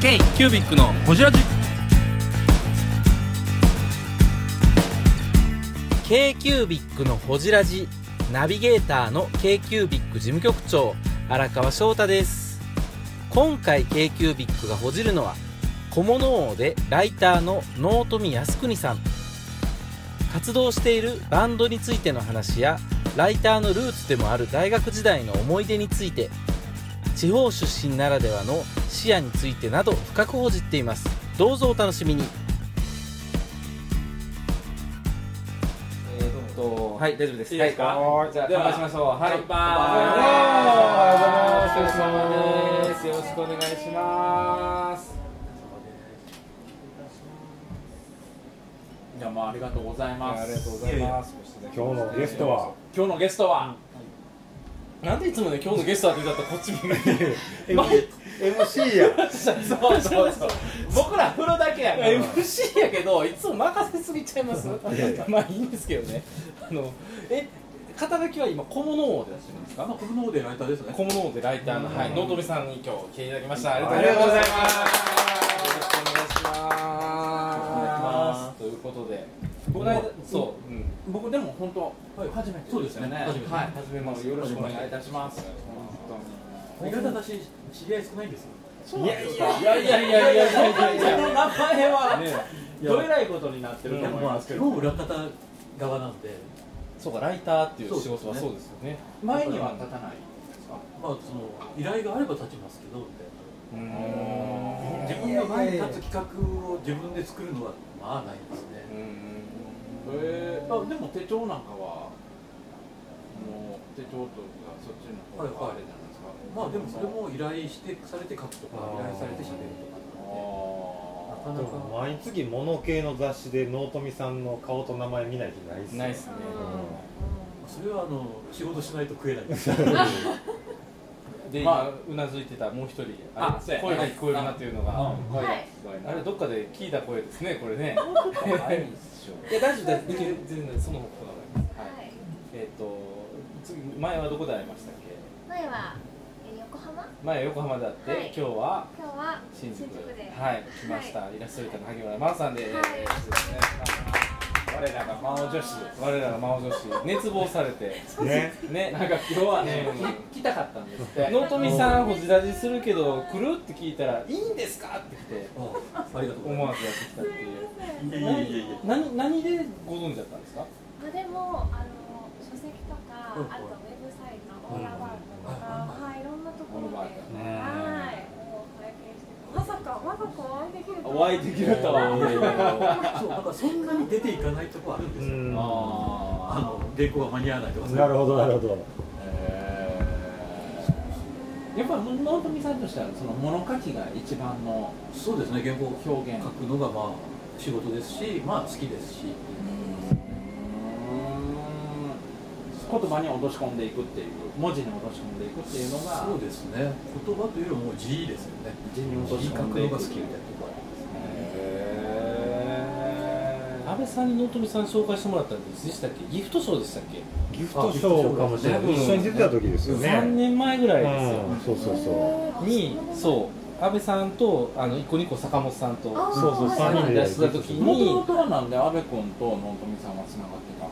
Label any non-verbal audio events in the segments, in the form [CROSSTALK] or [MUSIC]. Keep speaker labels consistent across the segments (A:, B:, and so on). A: ケイキュービックのホジラジ
B: ー k q u b i c のほじラジナビゲーターの k q u b i c 事務局長荒川翔太です今回 k q u b i c がほじるのは小物王でライターの納富靖国さん活動しているバンドについての話やライターのルーツでもある大学時代の思い出について地方出身ならではの視野についてなど深く報じっていますどうぞお楽しみにえー、とはい大丈夫です
C: いいですか
B: はいじゃあ
C: では
B: 乾杯しましょうはい
C: 乾杯
B: お疲れ様ですよろしくお願いします
C: どうもありがとうございます。
B: ありがとうございます
D: 今日のゲストは
C: 今日のゲストは、
B: なんでいつもね今日のゲストだって言ったらこっち見る
D: MC や
C: そうそうそう。僕ら振るだけやから。
B: MC やけどいつも任せすぎちゃいますまあいいんですけどねあのえ肩書きは今小物王で出してるんです
C: あ
B: か
C: の僕の方でライターですね。
B: 小物王でライターのはい納富さんに今日来ていただきましたありが
D: ありがとうござい
B: ますということで、この間そう、うん、
C: 僕でも本当、初めて。そうですよね。
B: 初めて
C: はい。
B: 初めましてよろしくお願いいたします。
C: 意外と私知り合い少ないんですよ。
B: いやいやいやいやいやいやいやいやいや。
C: 名前は、
B: どえらいことになってると思い
C: ま
B: ま
C: あ
B: すけ
C: 今
B: ど。
C: 日裏方側なんで、
B: そうか、ライターっていう仕事はそ
C: そう
B: ですよね。
C: 前には立
B: たない。
C: まあその依頼があれば立ちますけどみたいな。
B: うん。
C: 自分が前に立つ企画を自分で作るのはまあないですね。
A: えー、あでも手帳なんかはもう手帳とかそっちの方があれじゃないですか、
C: まあでもそれも依頼してされて書くとか依頼されて喋るとか
A: あ
C: なんでなかなか。
D: 毎月物系の雑誌で納富さんの顔と名前見ない日ないっす
A: ー
D: ね
A: ないっすね、
C: それはあの仕事しないと食えないです。
B: で、
A: まあ
B: 今うなずいてたもう一人、
C: あ
B: あ
C: そう
B: れ
C: や
B: 声が聞こえるなっていうのが、
E: はい。
B: あれどっかで聞いた声ですね、これね。いや大丈夫大丈夫いける全然その方が
E: は
B: はい。
E: い。
B: [LAUGHS] えっ、と次前はどこで会いましたっけ？
E: 前はえー横浜。
B: 前は横浜で会って、
E: はい
B: 今日は
E: 今日は
B: 新宿
E: で。
B: はい来ました、イラストレーターの萩原真央さんです、
E: はい
B: よろしくお願いします我らが真央女子我らが真央女子熱望されて
D: ね
B: ね
C: なんか今日はね
B: うん、
C: 来たかったんですって。
B: 納富さんほじラジするけど来るって聞いたらいいんですかって来て
C: ありがとうござ
B: 思
C: いま
B: わずやってきたっていう
E: すみません。
C: す。いやいやいや
B: 何何でご存知だったんですか
E: まあでもあの書籍とかあと
C: うん
E: ウェブサイトオーラワールドとかはいいろんなところで。
B: オーラワ
E: は
B: ール
D: ドね
E: い。もう拝見してまさかまさかお会いできるとは。
B: お会いできるとは思う
C: そうだからそんなに出ていかないとこあるんですよ。
D: ん
C: あ
B: あ
C: の原稿が間に合わないとか。
D: なるほどなるほど
B: ーえーやっぱ納富さんとしてはその物書きが一番の
C: そうですね原稿を
B: 表現
C: 書くのがまあ仕事ですし、まあ好きですし。
B: 言葉に落とし込んでいくっていう文字に落とし込んでいくっていうのが
C: そうですね。言葉というよりももう字ですよね。
B: 字に落とし
C: 字書
B: 込
C: く
B: んで
C: の
B: いく
C: が好きみたいなとこあります。
B: へー安倍さんに納富さん紹介してもらったんですでしたっけギフトショーでしたっけ、
D: ギフトショーかもしれな
B: あギ
D: い
B: フトシ
D: 一
B: ョー
D: 緒に出てた時ですよね
B: 3年前ぐらいですよ、
D: うんそうそうそ
B: にそう安倍さんとあの一個二個坂本さんと
E: あー
D: そうそう
E: はい
D: 三人で
B: 出してた時
A: もとも
B: に
A: とはなんで阿部君と納富さんはつながってた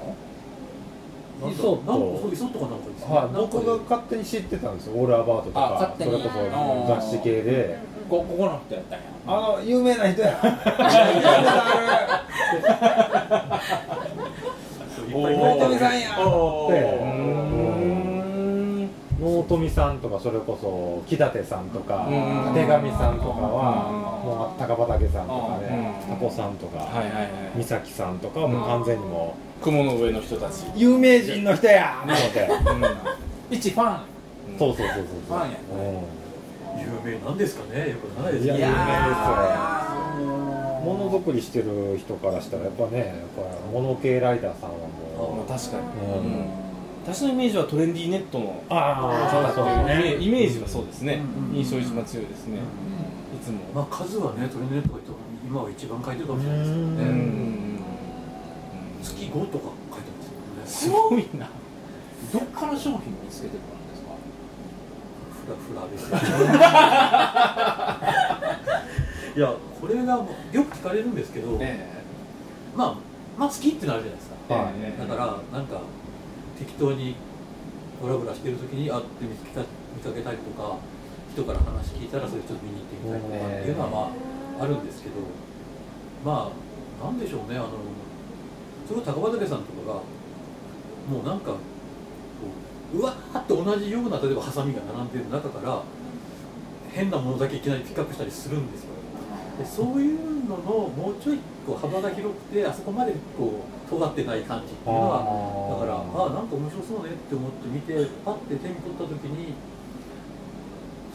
A: の
D: イソット
C: なんかそうイソットかなんかです
D: う
C: ね
D: はい僕が勝手に知ってたんですよオールアバウトと
A: あ
D: か
A: 勝手
D: それ
A: に
D: こそ雑誌系で
A: こここの人やったんや
D: あの有名な
B: [LAUGHS]
D: 人や [LAUGHS]
C: 納富さん
A: や
D: 納富さんとかそれこそ木立さんとか
B: うん
D: 手紙さんとか
A: うん
D: はもう高畑さんとかね
B: うん
D: タコさんとか、
B: はいはいはい
D: 美咲さんとかはもう完全にも
B: 雲の上の人たち
D: う有名人の人やと思って
A: 一ファン
D: そうそうそう
A: フ
D: そうそう
A: ァンや
C: 有名なんですかね。よくわからないです
D: いや
C: ね。
D: いや
A: 有名ですよ
D: うんものづくりしてる人からしたらやっぱねやっぱモノ系ライダーさんは
B: ま
D: も
B: あ確かに
D: う、うん
B: 私のイメージはトレンディーネットの
D: ああそうそう
B: イメイメージはそうですね、
C: うん
B: 印象一番強いですね、いつも、
C: まあ数はねトレンドネットが今は一番書いてるかもしれないですけど
B: うん
C: ね。
B: うん
C: 月5とか書いてます
B: す
C: よね。
B: ごいなどっから商品見つけてくるんですか
C: フラフラですよ。いやこれがもうよく聞かれるんですけど、
B: え
C: まあまあ好きってなるじゃないですか
B: え
D: はい
B: ええ
C: だからなんか適当にブラブラしてる時にあって見つけた見かけたりとか人から話聞いたらそれちょっと見に行ってみたりとかっていうのはまああるんですけどまあなんでしょうねあのそれこそ高畑さんとかがもうなんかこううわーって同じような例えばハサミが並んでる中から変なものだけいきなりピックアップしたりするんですよでそういうののもうちょいこう幅が広くてあそこまでこう尖ってない感じっていうのはだからあなんか面白そうねって思って見てパッて手に取った時に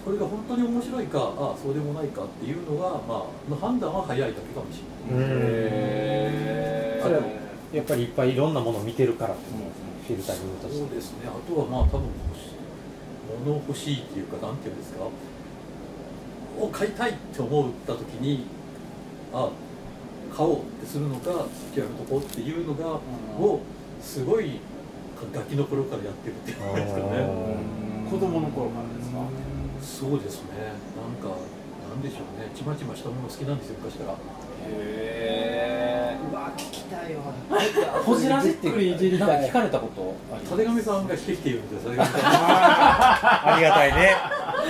C: それが本当に面白いかあそうでもないかっていうのが、まあ、の判断は早いだけかもしれ
D: う
C: ない、
B: ええ
D: それはやっぱりいっぱいいろんなものを見てるからっていうのがフィルタリングとし
C: そう
D: て
C: ですねあとはまあ多分欲しい物欲しいっていうかなんていうんですかを買いたいって思った時にあ買おうってするのかやめとこうっていうのがをすごいガキの頃からやってるっていうんですかね。
B: うん子供の頃からですか
C: そうですね、なんか、なんでしょうね、ちまちましたもの好きなんですよ、昔から。
B: へえ
F: うわ聞きたいわ
A: ほじらじってなんか聞かれたことあります
C: たてがみさんが来てきているんですよ、たてがみさん。
A: [LAUGHS]
D: ありがたいね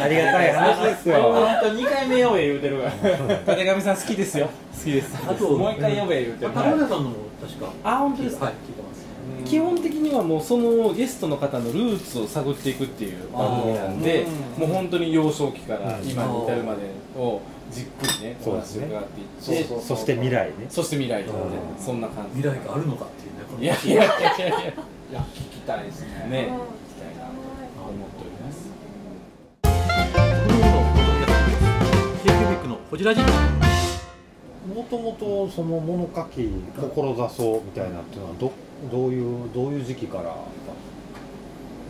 D: ありがたい話ですよ
A: あと2回目呼べ言うてるわ [LAUGHS] たてがみさん好きですよ好きです
C: あと
A: もう一回呼べ言うてる
C: 高田さんのも確か、
A: あ本当ですか
C: はい、聞いてます。
A: 基本的にはもうそのゲストの方のルーツを探っていくっていう番組なんでもう本当に幼少期から今に至るまでをじっくりねお
D: そうです
A: 話を
D: ね
A: 伺っていって
D: そそして未来ね
A: そして未来とかね
D: うん
A: そんな感じ
C: 未来があるのかっていうね、この
A: いやいやいやいやいや
B: いや聞きたいですね
A: ね
B: 聞きたいなと思っております
C: ケーキビックのホジラジ。
D: もともとその物書き志そうみたいなっていうのはどどういうどういう時期から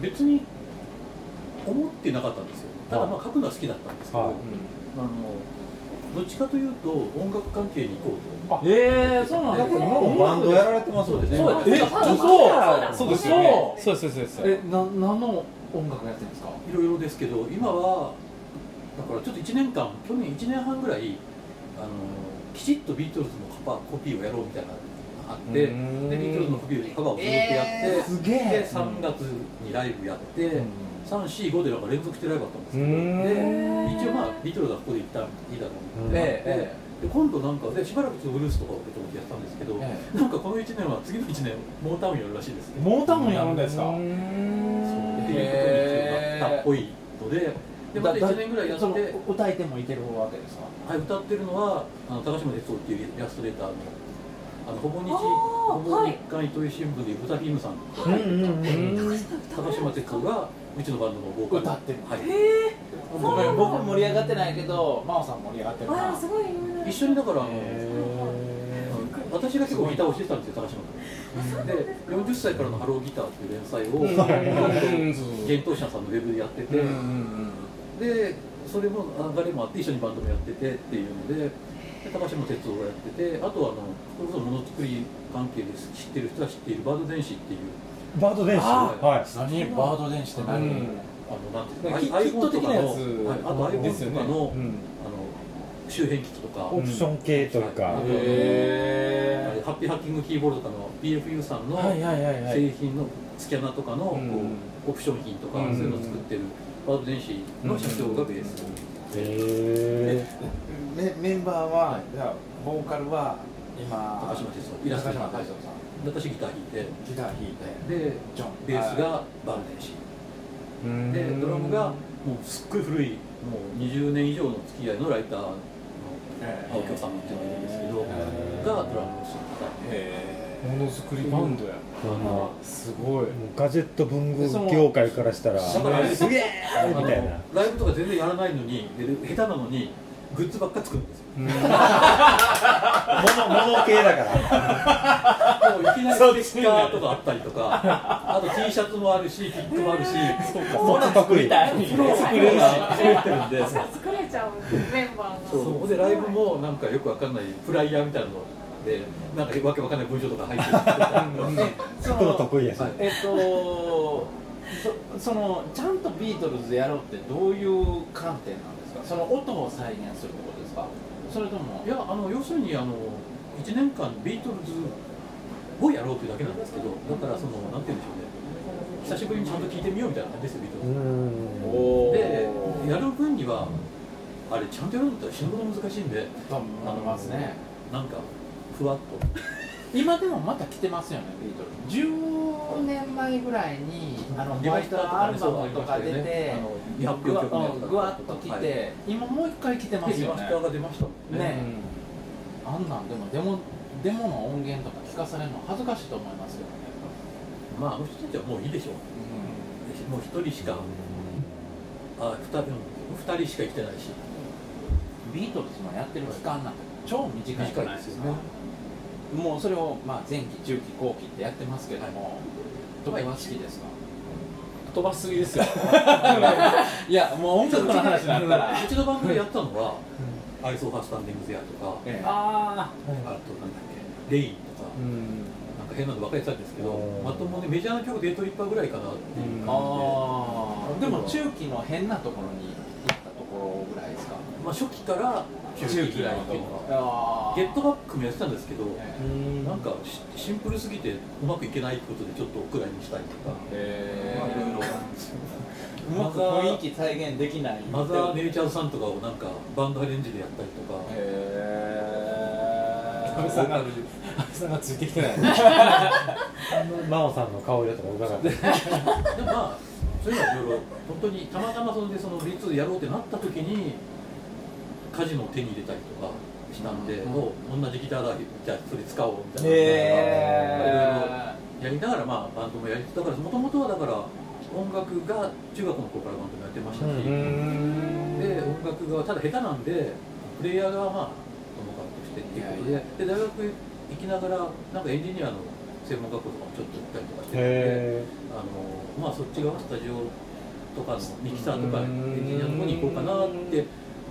C: 別に思ってなかったんですよ。ただ、まあ、書くのは好きだったんですけど、
D: はい
C: あの、どっちかというと、音楽関係に行こうと。
A: ええそうなん
D: 今もバンドやられてますもんね
A: そう
E: え
A: え
E: 嘘
A: そうですよねそうですそうですそうです
B: えな何の音楽やってるんですか
C: いろいろですけど今はだからちょっと1年間去年1年半ぐらいあのきちっとビートルズのカバーコピーをやろうみたいなのがあってでビートルズのコピーカバーをずっとやって、
D: すげ
C: で3月にライブやって、345でなんか連続してライブあったんです
A: う
C: けど、
A: ん
C: で一応まあビートルズはここで一旦いいだろうみたいなのがあっ
A: え
C: て、で今度なんかでしばらくちょっとブルースとかをと思ってやったんですけど、
A: え
C: なんかこの1年は次の1年モータウンやるらしいですね
A: モータウンやるんですかへ
C: っていうことになったっ
A: え
C: ぽいので、でまた1年ぐらいやって、
F: その
C: は
F: 歌い手もいてるわけですか
C: い、歌ってるのはあの高島哲夫っていうイラストレーターの、あのほぼ日、
E: あー
C: ほぼ
E: は
C: 日
E: い
C: 刊糸井新聞でいうブタフィームさん、高島哲夫がうちのバンドのボーカル
F: 歌ってる
C: はい、
E: え
F: ごめん僕盛り上がってないけど真央さん盛り上がってる
E: あ
F: な
E: らすごい有名な
C: 一緒にだから、あの
E: ー
C: 私が結構ギターをしてたんですよ、高島君。で、40歳からのハローギターっていう連載を、
A: うん
C: 幻冬舎さんのウェブでやってて。でそれも流れもあって一緒にバンドもやっててっていうのでで高島哲夫がやっててあとはあのそれこそものづくり関係です知ってる人は知っているバード電子っていう
D: バード電子
C: あー
D: はい
F: 何バード電子って
A: う
F: 何、
A: ん
C: あのなんていうの
A: キッキ
C: iPhone
A: ット的なやつ
C: はい、あと
A: ですよ
C: iPhone
A: ね
C: とかの,、
A: うん
C: あの周辺機器とか、
D: オプション系というか
C: は
B: へ
C: い
B: え
C: ハッピーハッキングキーボードとかの BFU さんの
A: はいはいはいはい
C: 製品のスキャナとかのこ
A: うん
C: うオプション品とか
A: うん
C: そういうのを作ってるバード電子の社長がベース、
D: へ
F: メメンバーは、じゃあボーカルは今
C: 高島哲夫イラストレータ
F: 高島
C: ー
F: 哲夫
C: で私ギター弾いて
F: さんギター弾いて
C: で
F: ジョン
C: ベースがバルデンシーでドラムがもうすっごい古いもう20年以上の付き合いのライターの青木さんっていうのがいるんですけどがドラムをして
A: ものづくりバンドや
D: ーも
A: すごいう
D: ガジェット文具業界からしたら
C: だから
D: すげえみたいな
C: たライブとか全然やらないのにで下手なのにグッズばっか作るんですよ
D: 物物系だから
C: もういきなりステッカーとかあったりと [LAUGHS] かあと T シャツもあるしキットもあるし
D: もっとパクリ
C: プロ作 [LAUGHS] れるし作ってるんで
E: 作れちゃうメンバーが
C: そうそこでライブもなんかよくわかんないフライヤーみたいなのでなんかわけわかんない文章とか入ってる
D: 書くの得意です
C: はい
F: えっとそそのちゃんとビートルズやろうってどういう観点なんですかその音を再現するってことですか
B: それとも
C: いやあの要するにあの1年間ビートルズをやろうというだけなんですけどだからそのなんて言うんでしょうね久しぶりにちゃんと聴いてみようみたいな感じですよビートルズ
D: ん
C: でやる分にはあれちゃんとやるんだったら死ぬほど難しいんで
F: と思いますね
C: なんかふわっと
B: 今でもまた来てますよねビートルズ
F: 10年前ぐらいにあのホワイトアルバムとか出て
C: あの未
F: ぐわ
C: 発表曲のやつ
F: うんぐわっと来て、
C: はいで
B: 今もう一回来てます
C: リ
B: よ
C: マ
B: ね
C: スターが出ましたもん
B: ねあんなんでもデモデモの音源とか聞かされるの恥ずかしいと思いますけどね、
C: まああの人たちはもういいでしょうもう一人しかあ二人うん二人しか生きてないし
B: ビートルズのやってる期間なんて超短いじゃないですか
C: 短い
B: もうそれをまあ前期中期後期ってやってますけども、どこが好きですか、
A: 飛ばしすぎですよ
B: い、やもう音楽の話になったら
C: うちの番組でやったのは「アイソーハスタンディングズや」とか
B: ええ
F: あ
C: あとなんだっけ「レイン」とかなんか変なのばっかりやってたんですけど
D: うん
C: まともにメジャーな曲でトリッパーぐらいかなっていう感じで
D: うん
B: ああでも中期の変なところに行ったところぐらいですか
C: まあ初期から中期ぐらいっていうのは
B: あ
C: ゲットバックもやってたんですけど
B: え
C: なんかしシンプルすぎてうまくいけないってことでちょっとくらいにしたりとか
B: え
C: まあいろいろ
B: うまく雰囲気再現できない
C: マザー・ネイチャーズさんとかをなんかバンドアレンジでやったりとか
B: へ
G: 安倍さんが安倍さんがついてきてない
D: 真央さんの顔色とか伺って
C: でもまあそういうのはいろいろ本当にたまたまそれでその B2 やろうってなった時にカジノを手に入れたりとかしたんで、
B: うん
C: もう同じギターだけじゃあそれ使おうみたいな、
B: え
C: やりながらまあバンドもやりだからもともとはだから音楽が中学の頃からバンドもやってましたし、で音楽がただ下手なんでプレイヤーがまあ音楽としてっていうことで
B: いや
C: で大学行きながらなんかエンジニアの専門学校とかもちょっと行ったりとかしてて。
D: へ
C: あのまあそっち側スタジオとかのミキサーとかエンジニアの方に行こうかなって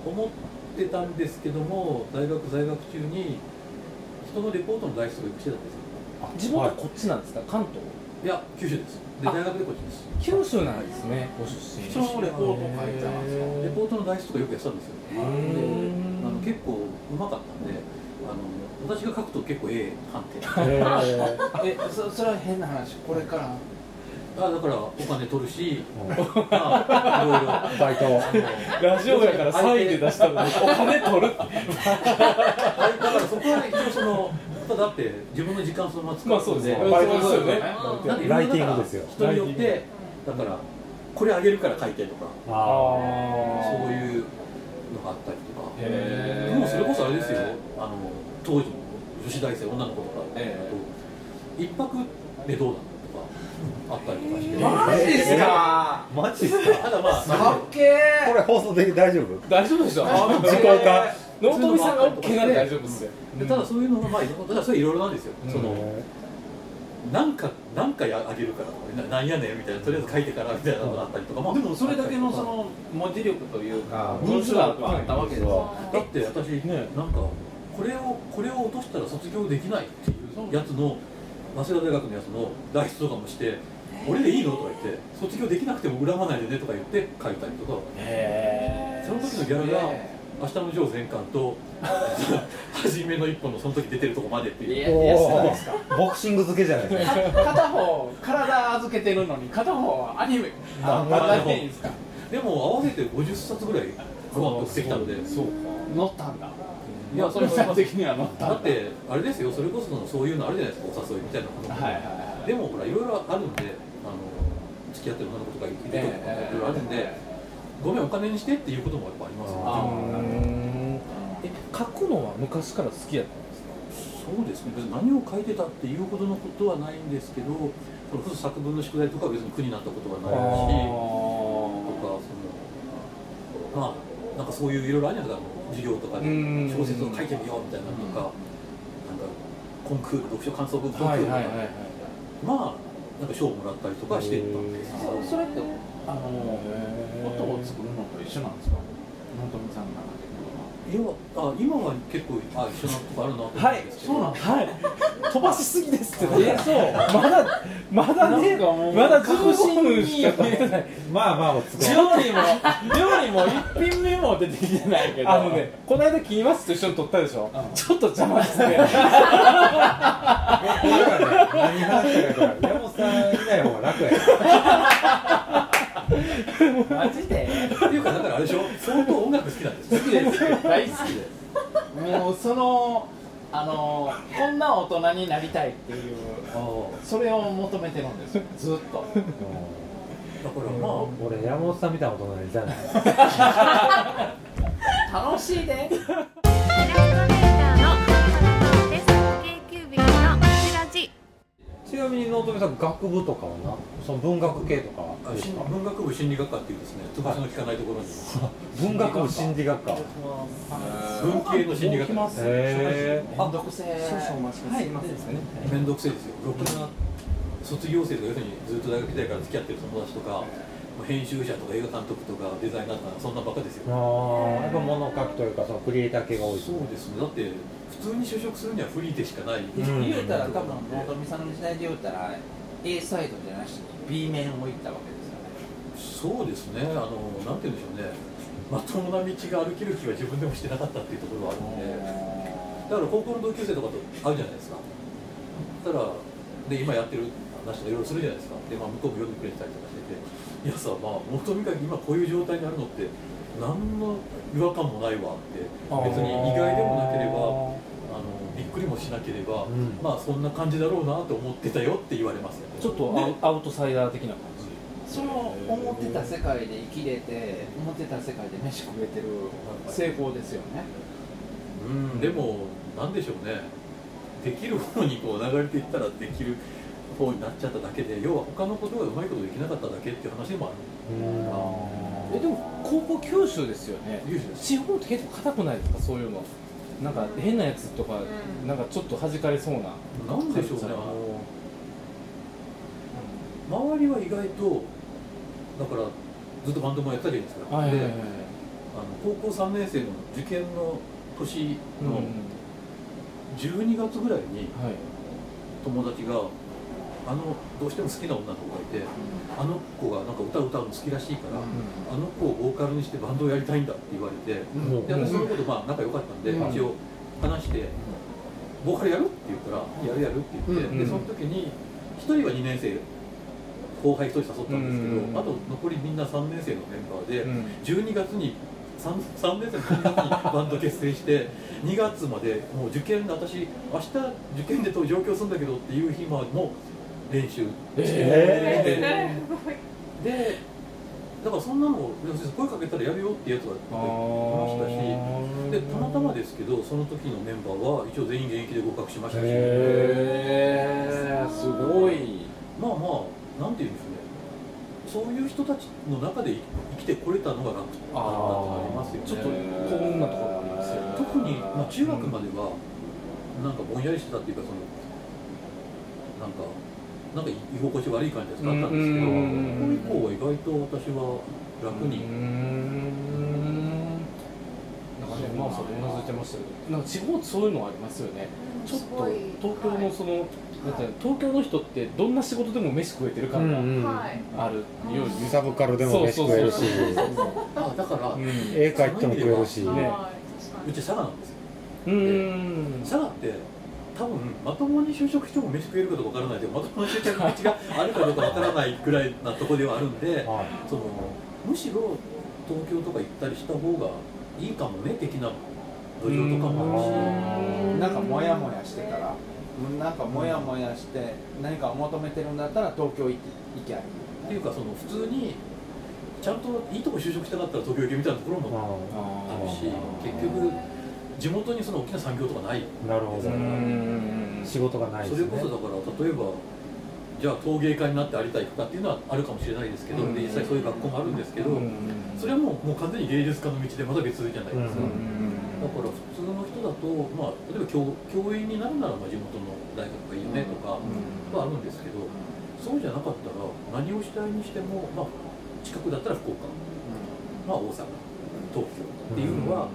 C: 思ってたんですけども大学在学中に人のレポートの代数がよくしてたんですよ
G: 地元こっちなんですか関東
C: いや九州ですで
G: あ
C: 大学でこっちです
G: 九州なんですねご出
B: ー
G: 身
B: 人のレポート書いてますか
C: レポートの代数とかよくやってたんですよであの結構うまかったんであの私が書くと結構 A 判定あ
D: え
F: えそそれは変な話これから
C: だからお金取るし、まあ、いろいろ
D: バイト
G: ラジオやから3位で出したのにお金取るって
C: あれだからそこは一応そのやっぱだって自分の時間そのまま使う
G: まあそうですね
C: の
G: バイトですよね
C: なんで
D: ライティングですよ
C: 人によってだからこれあげるから書いてとか
D: あ
C: そういうのがあったりとか
B: へー
C: もうそれこそあれですよあの当時の女子大生女の子とかだと
B: へ
C: 一泊でどうなのとかあったりとかして
F: マジですか
D: マジっすか
C: ただまあ
F: かっけ
D: これ放送で [LAUGHS] 大丈夫
G: 大丈夫でしょ
F: ー
D: 時効か
G: 納富さんが OK なら大丈夫ですよ
C: でただそういうのがまあいろいろだからそれいろいろなんですよそのなんかなんかやあげるからとかななんやねんみたいなとりあえず書いてからみたいなのがあったりとかまあ
B: でもそれだけのその文字力というか
D: 文
B: 文
D: 章
B: 章
D: 力
B: 力
D: が
B: が
D: あ
B: あ
D: っ
B: ったた
D: わ
B: わ
D: け
B: け
D: で
B: ですすよ
D: よ
C: だって私、なんかこれをこれを落としたら卒業できないっていうやつの早稲田大学のやつの代筆とかもして「俺でいいの?」とか言って「卒業できなくても恨まないでね」とか言って書いたりとかその時のギャラが「明日のジョー」全巻と [LAUGHS] 「初めの一歩のその時出てるとこまで」っていう
B: やいやそうです
D: ボクシング漬けじゃないです
B: [LAUGHS]
D: か
B: 片方体預けてるのに片方はアニメあ
C: 漫画の方
B: 漫画でいいんですか
C: でも合わせて50冊ぐらいふわっとしてきたんで
G: そうか
B: 乗ったんだ
C: いやそれは
B: は的には乗っ
C: だってあれですよそれこそそういうのあるじゃないですかお誘いみたいなことも
B: はいはいはい
C: でもほらいろいろあるんであの付き合ってる女の子とかいるとかいろいろあるんで、ごめんお金にしてっていうこともやっぱありますよね
B: あ
G: え書くのは昔から好きやったんですか
C: そうですね別に何を書いてたっていうほどのことはないんですけどそのこそ作文の宿題とかは別に苦になったことはないしとかそのまあなんかそういういろいろあるじゃないですか授業とかで
G: うん
C: 小説を書いてみようみたいなのとかなんかコンクール読書感想文コンクールとかまあなんか賞をもらったりとかしてたんです
B: そそれってあの音を作るのと一緒なんですか本富さんの中で
C: 要はあ今は結構あ一緒なとこあるなと思うん
G: はい
C: ですけど、
G: そうなんはい飛ばしすぎですってね
B: えそう
G: まだまだね
B: もう
G: まだ15分しか経ってない
D: まあまあ落ち
B: [LAUGHS]
D: 着く
B: 料理も料理も一品目も出てきてないけど
G: あのね、この間キーマスと一緒に撮ったでしょ、
B: うん
G: ちょっと邪魔ですね
D: 何があったかとか山本さんいない方が楽や
B: マジで
C: っていうかだからあれでしょ相当音楽好きなんですよ
B: 好きですよ大好きですもうそのあのこんな大人になりたいっていう
C: ああ
B: それを求めてるんですよずっと
C: だから
D: うん
C: まあ
D: 俺山本さんみたいなことになりたいな
B: 楽しいで
E: イラストレーターの花子です。KQBIC のこちらじ。
D: ちなみに納富さん学部とかはなその文学系とかは
C: あし文学部心理学科っていうですね飛ばしの効かないところに
D: 文学部心理学科
C: 文系の心理学科
D: へえ
B: めんどくせえ
F: 少々お待ちください。すいませんですね。
C: めんどくせえですよろくな卒業生とか要するにずっと大学時代から付き合ってる友達とか編集者とか映画監督とかデザイナーとかそんなばっかです
D: あー
C: よ
D: やっぱ物書きというかそのクリエイター系が多いと
C: そうですねだって普通に就職するには不利でしかない
D: ん
B: 言うたら多分納富さんの時代で言うたら A サイドじゃなしに B 面を行ったわけですよね
C: そうですねあのなんて言うんでしょうねまともな道が歩ける気は自分でもしてなかったっていうところはあるのでだから高校の同級生とかと会うじゃないですかそしたらで今やってる話とかいろいろするじゃないですかで、まあ、向こうも読んでくれてたりとかしてていやさまあ元見かけ今こういう状態にあるのって何の違和感もないわって別に意外でもなければあのびっくりもしなければ、
D: ん
C: まあそんな感じだろうなと思ってたよって言われますよね
G: ちょっとアウアウトサイダー的な感じ
B: その思ってた世界で生きれて思ってた世界で飯食えてる成功ですよね
C: うんでもなんでしょうねできる方にこう流れていったらできる方になっちゃっただけで要は他のことがうまいことできなかっただけっていう話でもある
D: うん
G: えでも高校九州ですよね
C: 優秀です
G: 地方って結構硬くないですかそういうのなんか変なやつとか、
E: うん
G: なんかちょっと弾かれそうな
C: なんでしょうねあの周りは意外とだからずっとバンドもやったじゃないですか、
G: はいはいはい
C: であの高校3年生の受験の年
G: うん
C: の12月ぐらいに
G: はい
C: 友達があのどうしても好きな女の子がいてあの子がなんか歌を歌うの好きらしいから、あの子をボーカルにしてバンドをやりたいんだって言われて、
D: もう
C: で私そのことまあ仲良かったんで、
G: うん
C: 一応話して、ボーカルやるって言ったら、やるやるって言って、
G: うん
C: でその時に、1人は2年生、後輩1人誘ったんですけど、
G: うん
C: あと残りみんな3年生のメンバーで、
G: うん
C: 12月に3、3年生の12月にバンド結成して、2月 [LAUGHS] までもう受験、私、明日受験でと上京するんだけどっていう日までも練習して、
D: え
C: で
E: ごい。
C: でだからそんなのを要するに声かけたらやるよってやつがいっぱいいましたしでたまたまですけどその時のメンバーは一応全員現役で合格しましたし
B: へえすごい
C: まあまあなんて言うんでしょうねそういう人たちの中で生きてこれたのが楽だったってのはありますよね
G: ちょっと幸運なところもありますよね
C: 特に、まあ、中学まではなんかぼんやりしてたっていうかそのなんかなんか居心地悪い感じがしたんですけど
G: う
C: こ
G: ん
C: こ以降は意外と私は楽に。
G: うーんなんかね、まあそれうなずいてましたけど、なんか地方ってそういうのはありますよね。ちょっと東京のその、なんていうの東京の人ってどんな仕事でも飯食えてる
D: うん
G: 感
D: うん
E: はい。
G: があるように、
D: サブカルでも飯食えるし
G: そうそうそうそう
C: あだから、
G: う
C: うん
D: 絵描いても食えるし
G: ね
E: はい。
C: ち佐賀なんですよ
G: うーん。
C: 佐賀って多分まともに就職しても飯食えるかどうかわからないけどまともな就職口があるかどうかわからないくらいなとこではあるんで
D: はい
C: そのむしろ東京とか行ったりした方がいいかもね的な土壌とかもあるし
F: なんかモヤモヤしてから、なんかモヤモヤして何かを求めてるんだったら東京行き行きゃいい。
C: っていうかその普通にちゃんといいとこ就職したかったら東京行けみたいなところも
D: あ
C: あるし結局地元にその大きな産業とかない
D: あなるほ
G: う
D: ど
G: ーん
D: 仕事がないで
C: そ
D: す
C: れ
D: ね
C: こそだから例えばじゃあ陶芸家になってありたいかっていうのはあるかもしれないですけど、
G: うん
C: で実際そういう学校もあるんですけど、それはもうもう完全に芸術家の道でまた別じゃないです
D: う
C: か、
D: ん
C: だから普通の人だと、まあ、例えば教教員になるならまあ地元の大学がいいよねとかはあるんですけど、そうじゃなかったら何をしたいにしても、まあ、近くだったら福岡、まあ、大阪東京っていうのは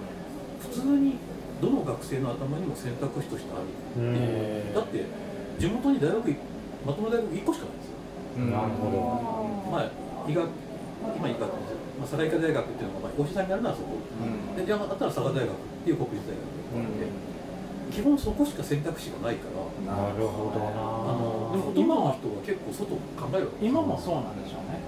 C: 普通にどの学生の頭にも選択肢としてある
D: うん
G: えー
C: だって地元に大学いまともな大学1個しかないんですよ
G: うん
D: なるほど
C: まあ医学今医学部ですよ、まあ、佐賀医科大学っていうのが、まあ、お医者さんになるのはそこでであとは佐賀大学っていう国立大学で、基本そこしか選択肢がないから
D: なるほど
C: あ
D: な
C: のでも今の人は結構外を考えるわけ
F: 今もそうなんでしょうね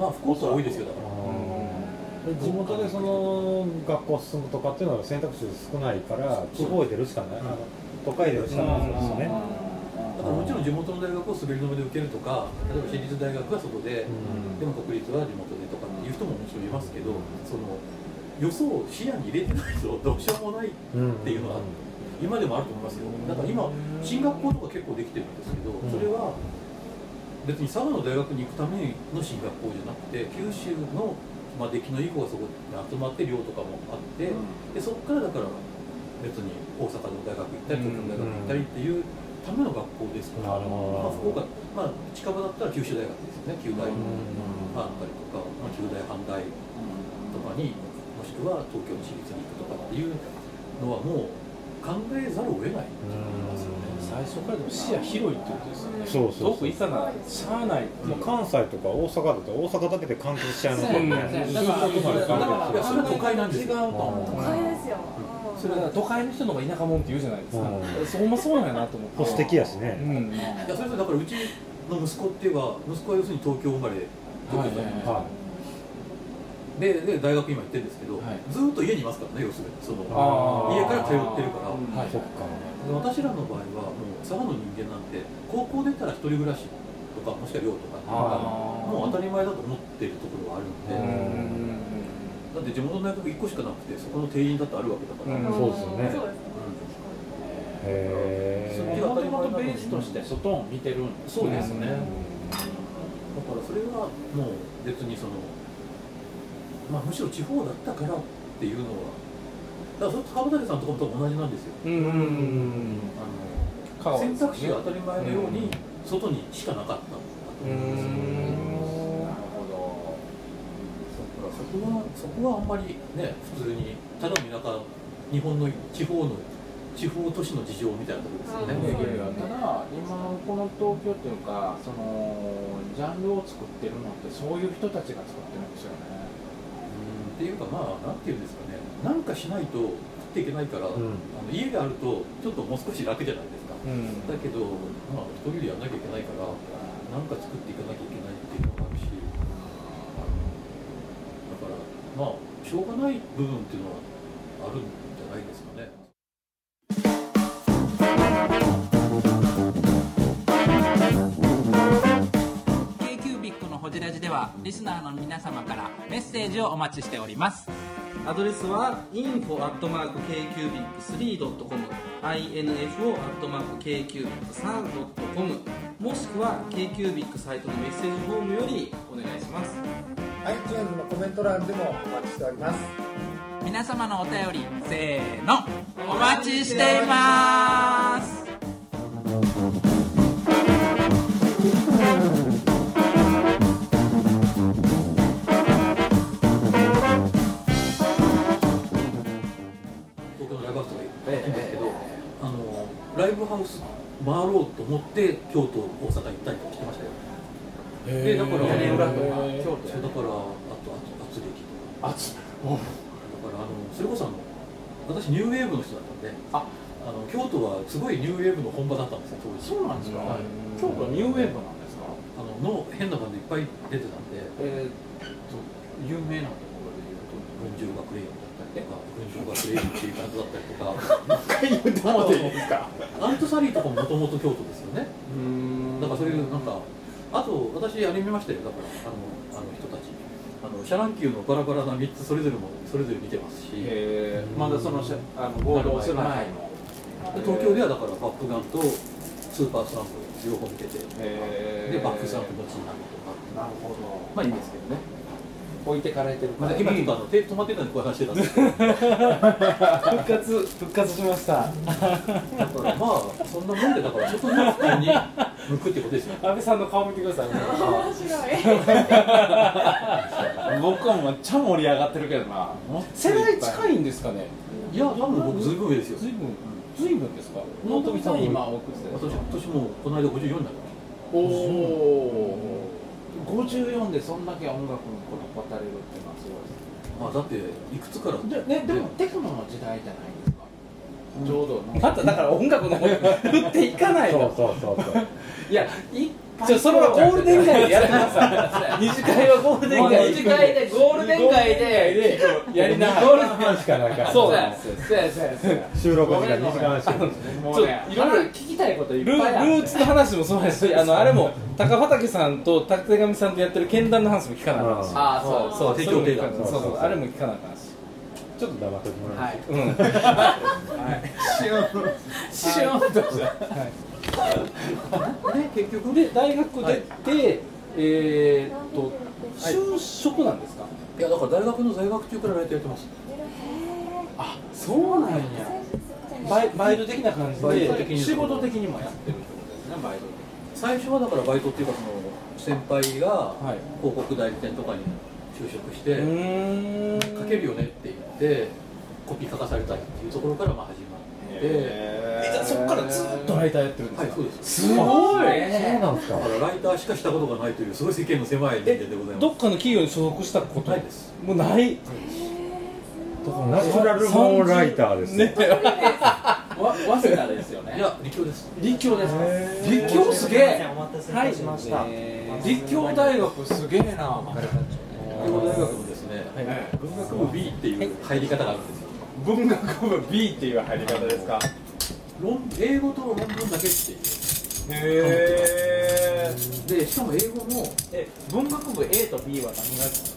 C: まあ福岡は多いですよだから
D: うん地元でその学校進むとかっていうのは選択肢少ないから地方へ出るしかない、
C: うん
D: あの都会へ出るしかないですよね、
C: だからもちろん地元の大学を滑り止めで受けるとか例えば私立大学は外で、でも国立は地元でとかっていう人ももちろんいますけどその予想を視野に入れてないとどうしようもない
D: うん
C: っていうのは今でもあると思いますよだから今進学校とか結構できてるんですけど
D: うん
C: それは別に佐賀の大学に行くための進学校じゃなくて九州の、まあ、出来のいい子がそこに集まって寮とかもあってでそこからだから別に大阪の大学行ったり東京の大学行ったりっていうための学校ですから、
D: なるほど
C: まあ、福岡、まあ、近場だったら九州大学ですよね九
D: う
C: 大、
D: ん
C: まああったりとか、まあ、九大阪大とかにもしくは東京の私立に行くとかっていうのはもう考えざるを得ない
G: 最初からでも視野広いってことですよね。
D: そうそうそう
G: 遠く行かなしゃあないってい
D: もう
G: う
D: 関西とか大阪だと大阪だけで完結しちゃうのか
G: う
D: ら
G: ん
D: ね、
G: だからだから
C: いやそれは都会なんです
G: 違うと思う。
H: 都会ですよ、うん
G: それは都会の人の方が田舎もんって言うじゃないですか
D: う。
G: そこもそうなんやなと思って。
D: 保守的やし
G: う
D: ね、
C: い
G: ん。
C: やそれとだからうちの息子っていうか息子は要するに東京生まれで東京
G: はい
D: は
C: でで大学今行ってるんですけど、
G: はい
C: ずーっと家にいますからね要するにその
G: あ
C: 家
G: ー
C: から通ってるから、
D: い、
G: はい
D: そっか
C: で私らの場合はもう佐賀の人間なんて高校出たら一人暮らしとかもしくは寮とかっていうのが
G: あー
C: もう当たり前だと思ってるところはあるんで、
D: う
G: う
D: ん
G: ん。
C: だって地元の大学1個しかなくてそこの定員だってあるわけだから、
G: うん
D: そうですよね
H: そうですね
D: へ
B: もともとベースとして外を見てるんです
C: そうですね、
G: う
C: だ
G: ん
C: からそれはもう別にそのまあむしろ地方だったからっていうのはだからそれ高畑さんとかも多分同じなんですよ
G: うんうん。
C: あの
G: 川
C: 選
G: ですね
C: 択肢が当たり前のように外にしかなかったんだと
G: う
C: 思うんですよだ
G: ん。
C: からそこはそこはあんまりね普通にただの田舎日本の地方の地方都市の事情みたいなところですよね、
H: うん
B: ただ今のこの東京というかそのジャンルを作ってるのってそういう人たちが作ってるんですよね
C: っていうかまあなんていうんですかねなんかしないと食っていけないから、
D: ん
C: あの家があるとちょっともう少し楽じゃないですか
G: うん。
C: だけどまあ一人でやんなきゃいけないからなんか作っていかなきゃいけないっていうのがあるしあのだからまあしょうがない部分っていうのはあるんじゃないですかね
I: k q b i c のホジラジではリスナーの皆様からメッセージをお待ちしております
J: アドレスは info.kcubic3.com info.kcubic3.com もしくは KQBIC サイトのメッセージフォームよりお願いします
K: iTunes のコメント欄でもお待ちしております
I: 皆様のお便りせーのお待ちしています
C: 東京のライブハウスとか行ったんですけど、あのライブハウス回ろうと思って京都大阪行ったりとかしてましたよでだから
G: 屋根裏とか
C: 京都そうだからあとあと圧力とかだからあのそれこそあの私ニューウェーブの人だったんであの京都はすごいニューウェーブの本場だったんですよ当時
B: そうなんですか、
C: はい
B: 今日はニューウェーブなんですか
C: あのの変なバンドいっぱい出てたんで
B: えー、っと有名なところで言うと
C: 群青学レイオンだったりとか群青学レイオンっていうバンドだったりとかあとアントサリーとかももともと京都ですよねなんかそういうなんかあと私あれ見ましたよだからあのあの人たちあのシャランキューのバラバラな3つそれぞれもそれぞれ見てますしで
B: えー、まだそのしゃあの合同してないの
C: 東京ではだからバップガンとスーパースランプ両方見ててで
B: えー、
C: バップスランプどっちになるとか
F: なるほど
C: まあいいんですけどね、
F: 置いてかれてる
C: ま
F: か
C: あ
F: ら、
C: 今ちょっとあの手止まってたんでこういう話してたんですけど
G: 復活復活しまし
C: だ
G: た。
C: からまあそんなもんでだからちょっとずつ普通に向くってことですよ
G: 安倍さんの顔見てください。
H: 面白い
B: 僕はめっちゃ盛り上がってるけどな
G: 世代近
B: い
G: いんですかね。
C: いや多分僕ずいぶん上ですよ
G: ずいぶんずいぶんですか
C: 納富さんも
G: 今おいくつですか
C: 私今年もうこの間54になる
B: おお54でそんだけ音楽のこと語れるっていうのはすごいですね
C: まあだっていくつから
B: で,、ね、でもテクノの時代じゃないですか、ちょうど
G: まただから音楽の方に振っていかないの
D: そうそうそうそう
G: いやい [LAUGHS] ちょそれはゴールデン街でやってください二次会はゴールデン街
J: 二次会でゴールデン街で
G: やりなが
D: ゴール
G: ら
D: デン街しかないから
G: そう
J: そうやそうやそうやそうや
D: 収録時間2時間しかない
B: もうねい
G: ちょいろいろ
B: ろいろ聞きたいこといっ
G: ルル
B: ぱいある
G: ーツの話もそうですしあのあれも高畑さんと竹上さんとやってる剣談の話も聞かなあかんし
J: ああそ
G: そう
J: う
C: 提
G: そ
C: 供
G: れも
C: 提
G: 聞
C: 案
G: かなあかんそうそうあれも聞かなあかんし
D: ちょっと黙っときます、
J: はい
G: うん
J: シュンとした
G: で結局で大学出て、えーっと就職なんですか、
C: いやだから大学の在学中からライトやってます
G: あそうなんやバイバイト的な感じ
C: バイト
G: で
C: 的に
G: 仕事的にもやっ
B: バイトで
C: 最初はだからバイトっていうかその先輩が
G: はい
C: 広告代理店とかに就職してて、
G: うーん
C: 書けるよねって言ってコピー書かされたっていうところからまあ始まって
G: えじゃあそこからずっとライターやってるんです
C: はい
G: か、
C: そうです
G: すごい
D: そうなんですか
C: だからライターしかしたことがないというすごい世間の狭い人間でございます
G: どっかの企業に所属したこと
C: ないです
G: もうない
D: ナチュラルモンライターです
G: ね
D: ね
B: わ早稲田ですよね
C: いや立教です
B: 立教ですか立教すげえお待たせしました、立教大学すげえな
C: 立教大学のですね、文学部 B っていう入り方があるんですよ
B: 文学部 B っていう入り方ですか
C: 論英語と論文だけっていう
B: へえ
C: でしかも英語も
B: え文学部 A と B は何が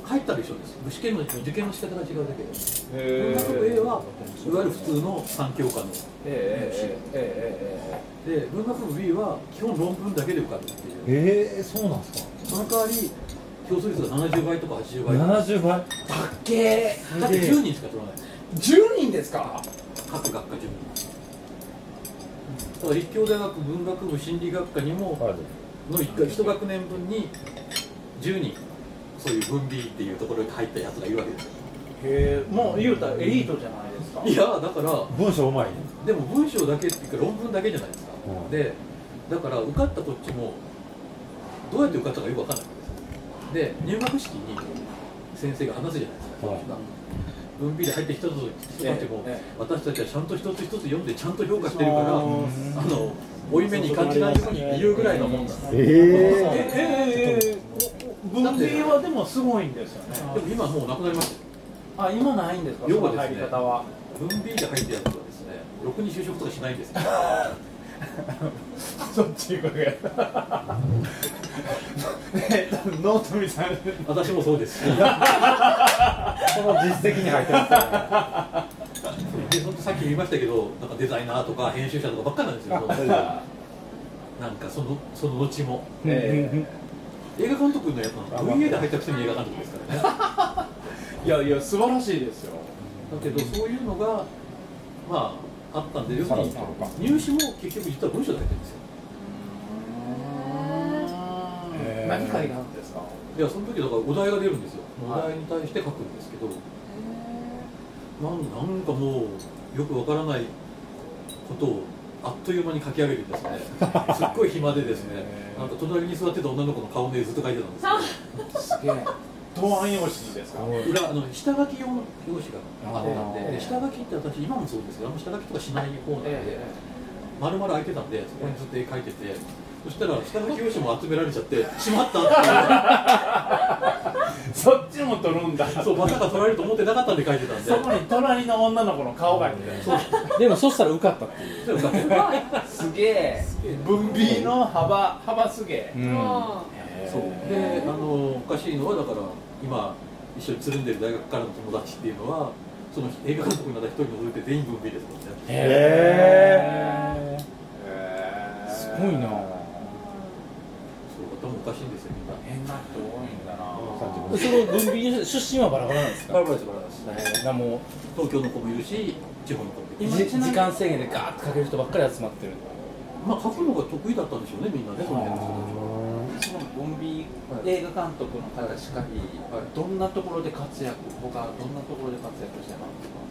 C: 入ったら一緒です試験の受験の仕方が違うだけで文
B: へ
C: 学部 A はいわゆる普通の三教科の
B: ええええ
C: で文学部 B は基本論文だけで受かるっていう
D: えー、そうなんですか
C: その代わり競争率が70倍とか80倍
D: 70倍
B: ええ
C: だって10人しか取らない
B: 10人ですか
C: 各学科10人だから立教大学文学部心理学科にも
D: はい
C: の一回一学年分に10人そういう文 B っていうところに入ったやつがいるわけですよ
B: へえもう言うたらエリートじゃないですか
C: いやだから
D: 文章うまいね
C: でも文章だけっていうか論文だけじゃないですか、
D: うん
C: でだから受かったこっちもどうやって受かったかよく分かんないんですで入学式に先生が話すじゃないですか、
D: はい
C: 文筆で入って一つ一つ一つも、
B: え
C: 私たちはちゃんと一つ一つ読んでちゃんと評価してるからあ
B: そう
C: の負い目に感じないようにっていうぐらいのもんだ
D: えー、
B: ええええ文 B はでもすごいんですよ
C: で
B: ね
C: も今もうなくなりましたよ
B: あ今ないんですか
C: 要
B: そ
C: は
B: の
C: です
B: 入
C: ね
B: り方は
C: 文筆で入ったやつはですねろくに就職とかしないんで
D: [LAUGHS]
C: すよ
B: そっち行くやノートミさん
C: 私もそ
D: [LAUGHS]
C: うですし [LAUGHS]
D: この実績に入ってますから
C: で本当さっき言いましたけどなんかデザイナーとか編集者とかばっかなん
B: [LAUGHS]
C: ですよなんかそのその後も
B: え
C: 映画監督のやつなんか VA で入ったくせに映画監督ですからねだ
B: [LAUGHS] えいやいや素晴らしいですよ
C: けどそういうのがまああったんで要するに入試も結局実は文章で入ってるんですよ
B: 何会なんですか
C: いやその時だからお題が出るんですよお題に対して書くんですけどなんなんかもうよくわからないことをあっという間に書き上げる
B: [LAUGHS]
C: んですねすっごい暇でですねなんか隣に座ってた女の子の顔の絵ずっと書いてたんですよ
B: すげえ答案用紙ですか
C: 裏あの下書き用の用紙があったんで
B: あー
C: で下書きって私今もそうですけどあんま下書きとかしない方なんで、
B: え
C: 丸々空いてたんでそこにずっと絵描いてて、そしたら下書き用紙も集められちゃ
B: [LAUGHS]
C: ってしまったって
B: そっちも取るんだ
C: いうそうまさか取られると思ってなかったんで描いてたんで
B: そこに隣の女の子の顔が
C: そう
G: でもそしたら受かったっていう、
C: それを描いて
B: すげえ分 B の幅幅すげえ
C: そうであのおかしいのはだから今一緒につるんでる大学からの友達っていうのはその映画監督になった一人除いて全員分 B ですもんね
D: え
G: すごい
C: そ
G: な
C: う頭おかしいんですよみんな
B: 変な人多いんだな
D: ー、
G: その文筆の出身はバラバラなんですか
C: バラバラですバラバラです
G: えーなもう
C: 東京の子もいるし地方の子もいる
G: じ時間制限でガーッと書ける人ばっかり集まってる
C: まあ書くのが得意だったんでしょうねみんなねその辺の人たちは
B: そのボンビー映画監督の方しかり、どんなところで活躍、他はどんなところで活躍してたんですか。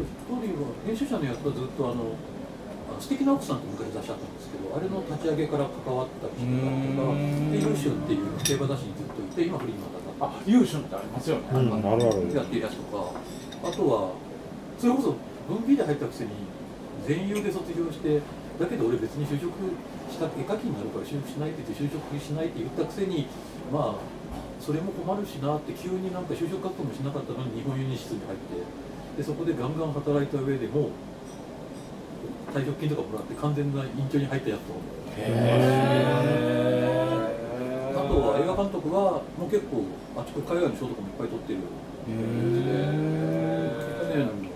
C: 一人は編集者の役はずっとあの「あの素敵な奥さん」と昔出しちゃったんですけどあれの立ち上げから関わった人だとかで優秀っていう競馬雑誌にずっといて今フリーマンだったあ優秀ってありますよね、
D: うんあるある
C: やってるやつとかあとはそれこそ文美で入ったくせに全優で卒業してだけど俺別に就職した絵描きになるから就職しないって言って就職しないって言ったくせにまあそれも困るしなって急になんか就職活動もしなかったのに日本輸入室に入ってでそこでガンガン働いた上でもう退職金とかもらって完全な隠居に入ったやつとかもあとは映画監督はもう結構あちこち海外の賞とかもいっぱい撮ってる去年の去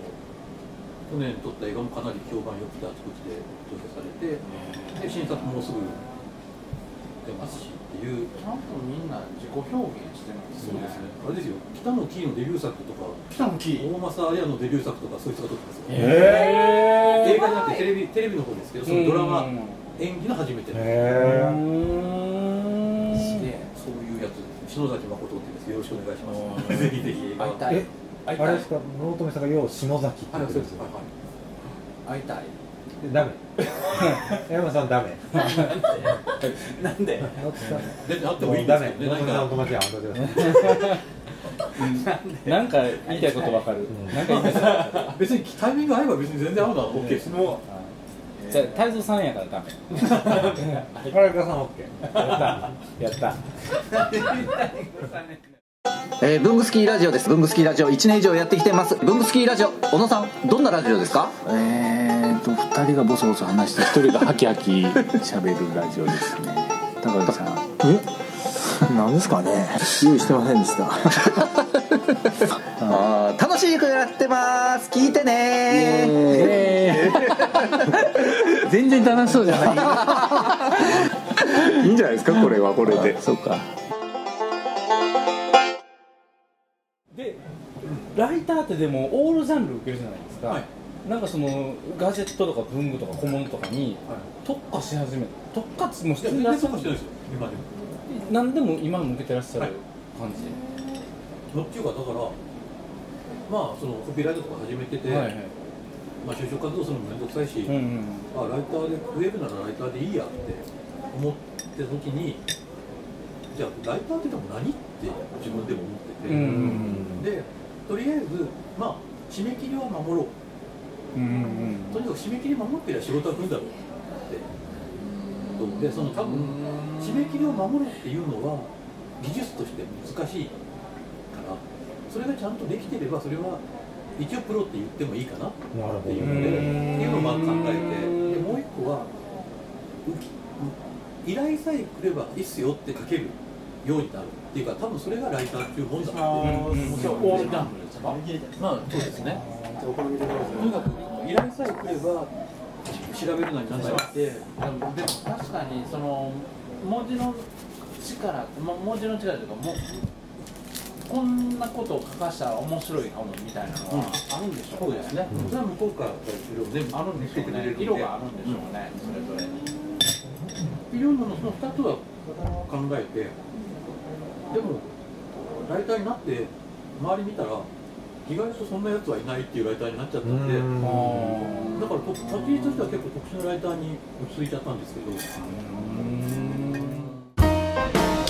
C: 年撮った映画もかなり評判良くてあちこちで投票されてで新作ももうすぐ出ますしっていうちゃんとみんな自己表現してるんですねそうですねあれですよ北野キーのデビュー作とか北野キー大政綾のデビュー作とかそういう人が撮ってますよ
D: へー
C: 映画じゃなくてテレビテレビの方ですけどそのドラマ演技の初めての
D: へ
C: すげえそういうやつ篠崎誠って言うんですよろしくお願いしますぜひぜひ映画
D: えあれですか納富さんがよう篠崎って言ってるんですよ
F: 会いたい
D: ダメ山さんダメ
F: なんで
C: だってあってもいいんで
D: ダ
C: す
D: メ
C: けどね
D: 納富さんお友達やめといてください
G: なんか言いたいことわかる。なんか言いたいことわかる。
C: 別にタイミング合えば別に全然合うのは OK です。も
G: う。じゃあ太蔵さんやからダメ。
D: 原川さん OK
G: やった。やった。
L: えー、ブングスキーラジオですブングスキーラジオ1年以上やってきてますブングスキーラジオ小野さんどんなラジオですかえーと2人がボソボソ話して1人がハキハキ喋るラジオですね高橋さんえなんですかね用意してませんでしたあー楽しい曲やってます聞いてね全然楽しそうじゃないいいんじゃないですかこれはこれでそうか
G: で、ライターってでもオールジャンル受けるじゃないですか、なんかそのガジェットとか文具とか小物とかに特化し始めた、特化っつっても普通にやってるんですよ
C: 今でも
G: 何でも今向けてらっしゃる感じ、
C: どっちかだからまあそのコピーライトとか始めてて、
G: はいはい
C: まあ、就職活動するのも面倒くさいし、
G: うんうん
C: あライターで食えるならライターでいいやって思ってた時にじゃあライターってでも何って自分でも思ってて、
G: うん
C: でとりあえずまあ締め切りは守ろう
G: うんうん
C: とにかく締め切り守ってりゃ仕事は来るだろうってでその多分締め切りを守るっていうのは技術として難しいからそれがちゃんとできてればそれは一応プロって言ってもいいかなっていうのでっていうのをまあ考えてでもう一個はうき依頼さえ来ればいいっすよって書けるようになるっていうか多分それがライターっていうもんだっていうオールダウンですかまあそうですねとにかく依頼さえ来れば調べるのに何だって
F: でもでも確かにその文字の力、ま、文字の力というかもうこんなことを書かしたら面白いかもみたいなのはあるんでしょ
C: そうですね、それは向こうからいろいろ全部あるんでしょうね
F: 色があるんでしょうね、それぞれにいろんなのその2つは
C: 考えてでもライターになって周り見たら意外とそんなやつはいないっていうライターになっちゃったんでだから僕立ち位置としては結構特殊なライターに落ち着いちゃったんですけど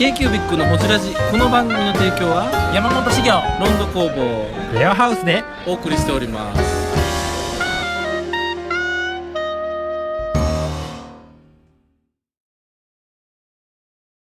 A: k q b i c のホジラジこの番組の提供は山本資源ロンド工房レアハウスでお送りしております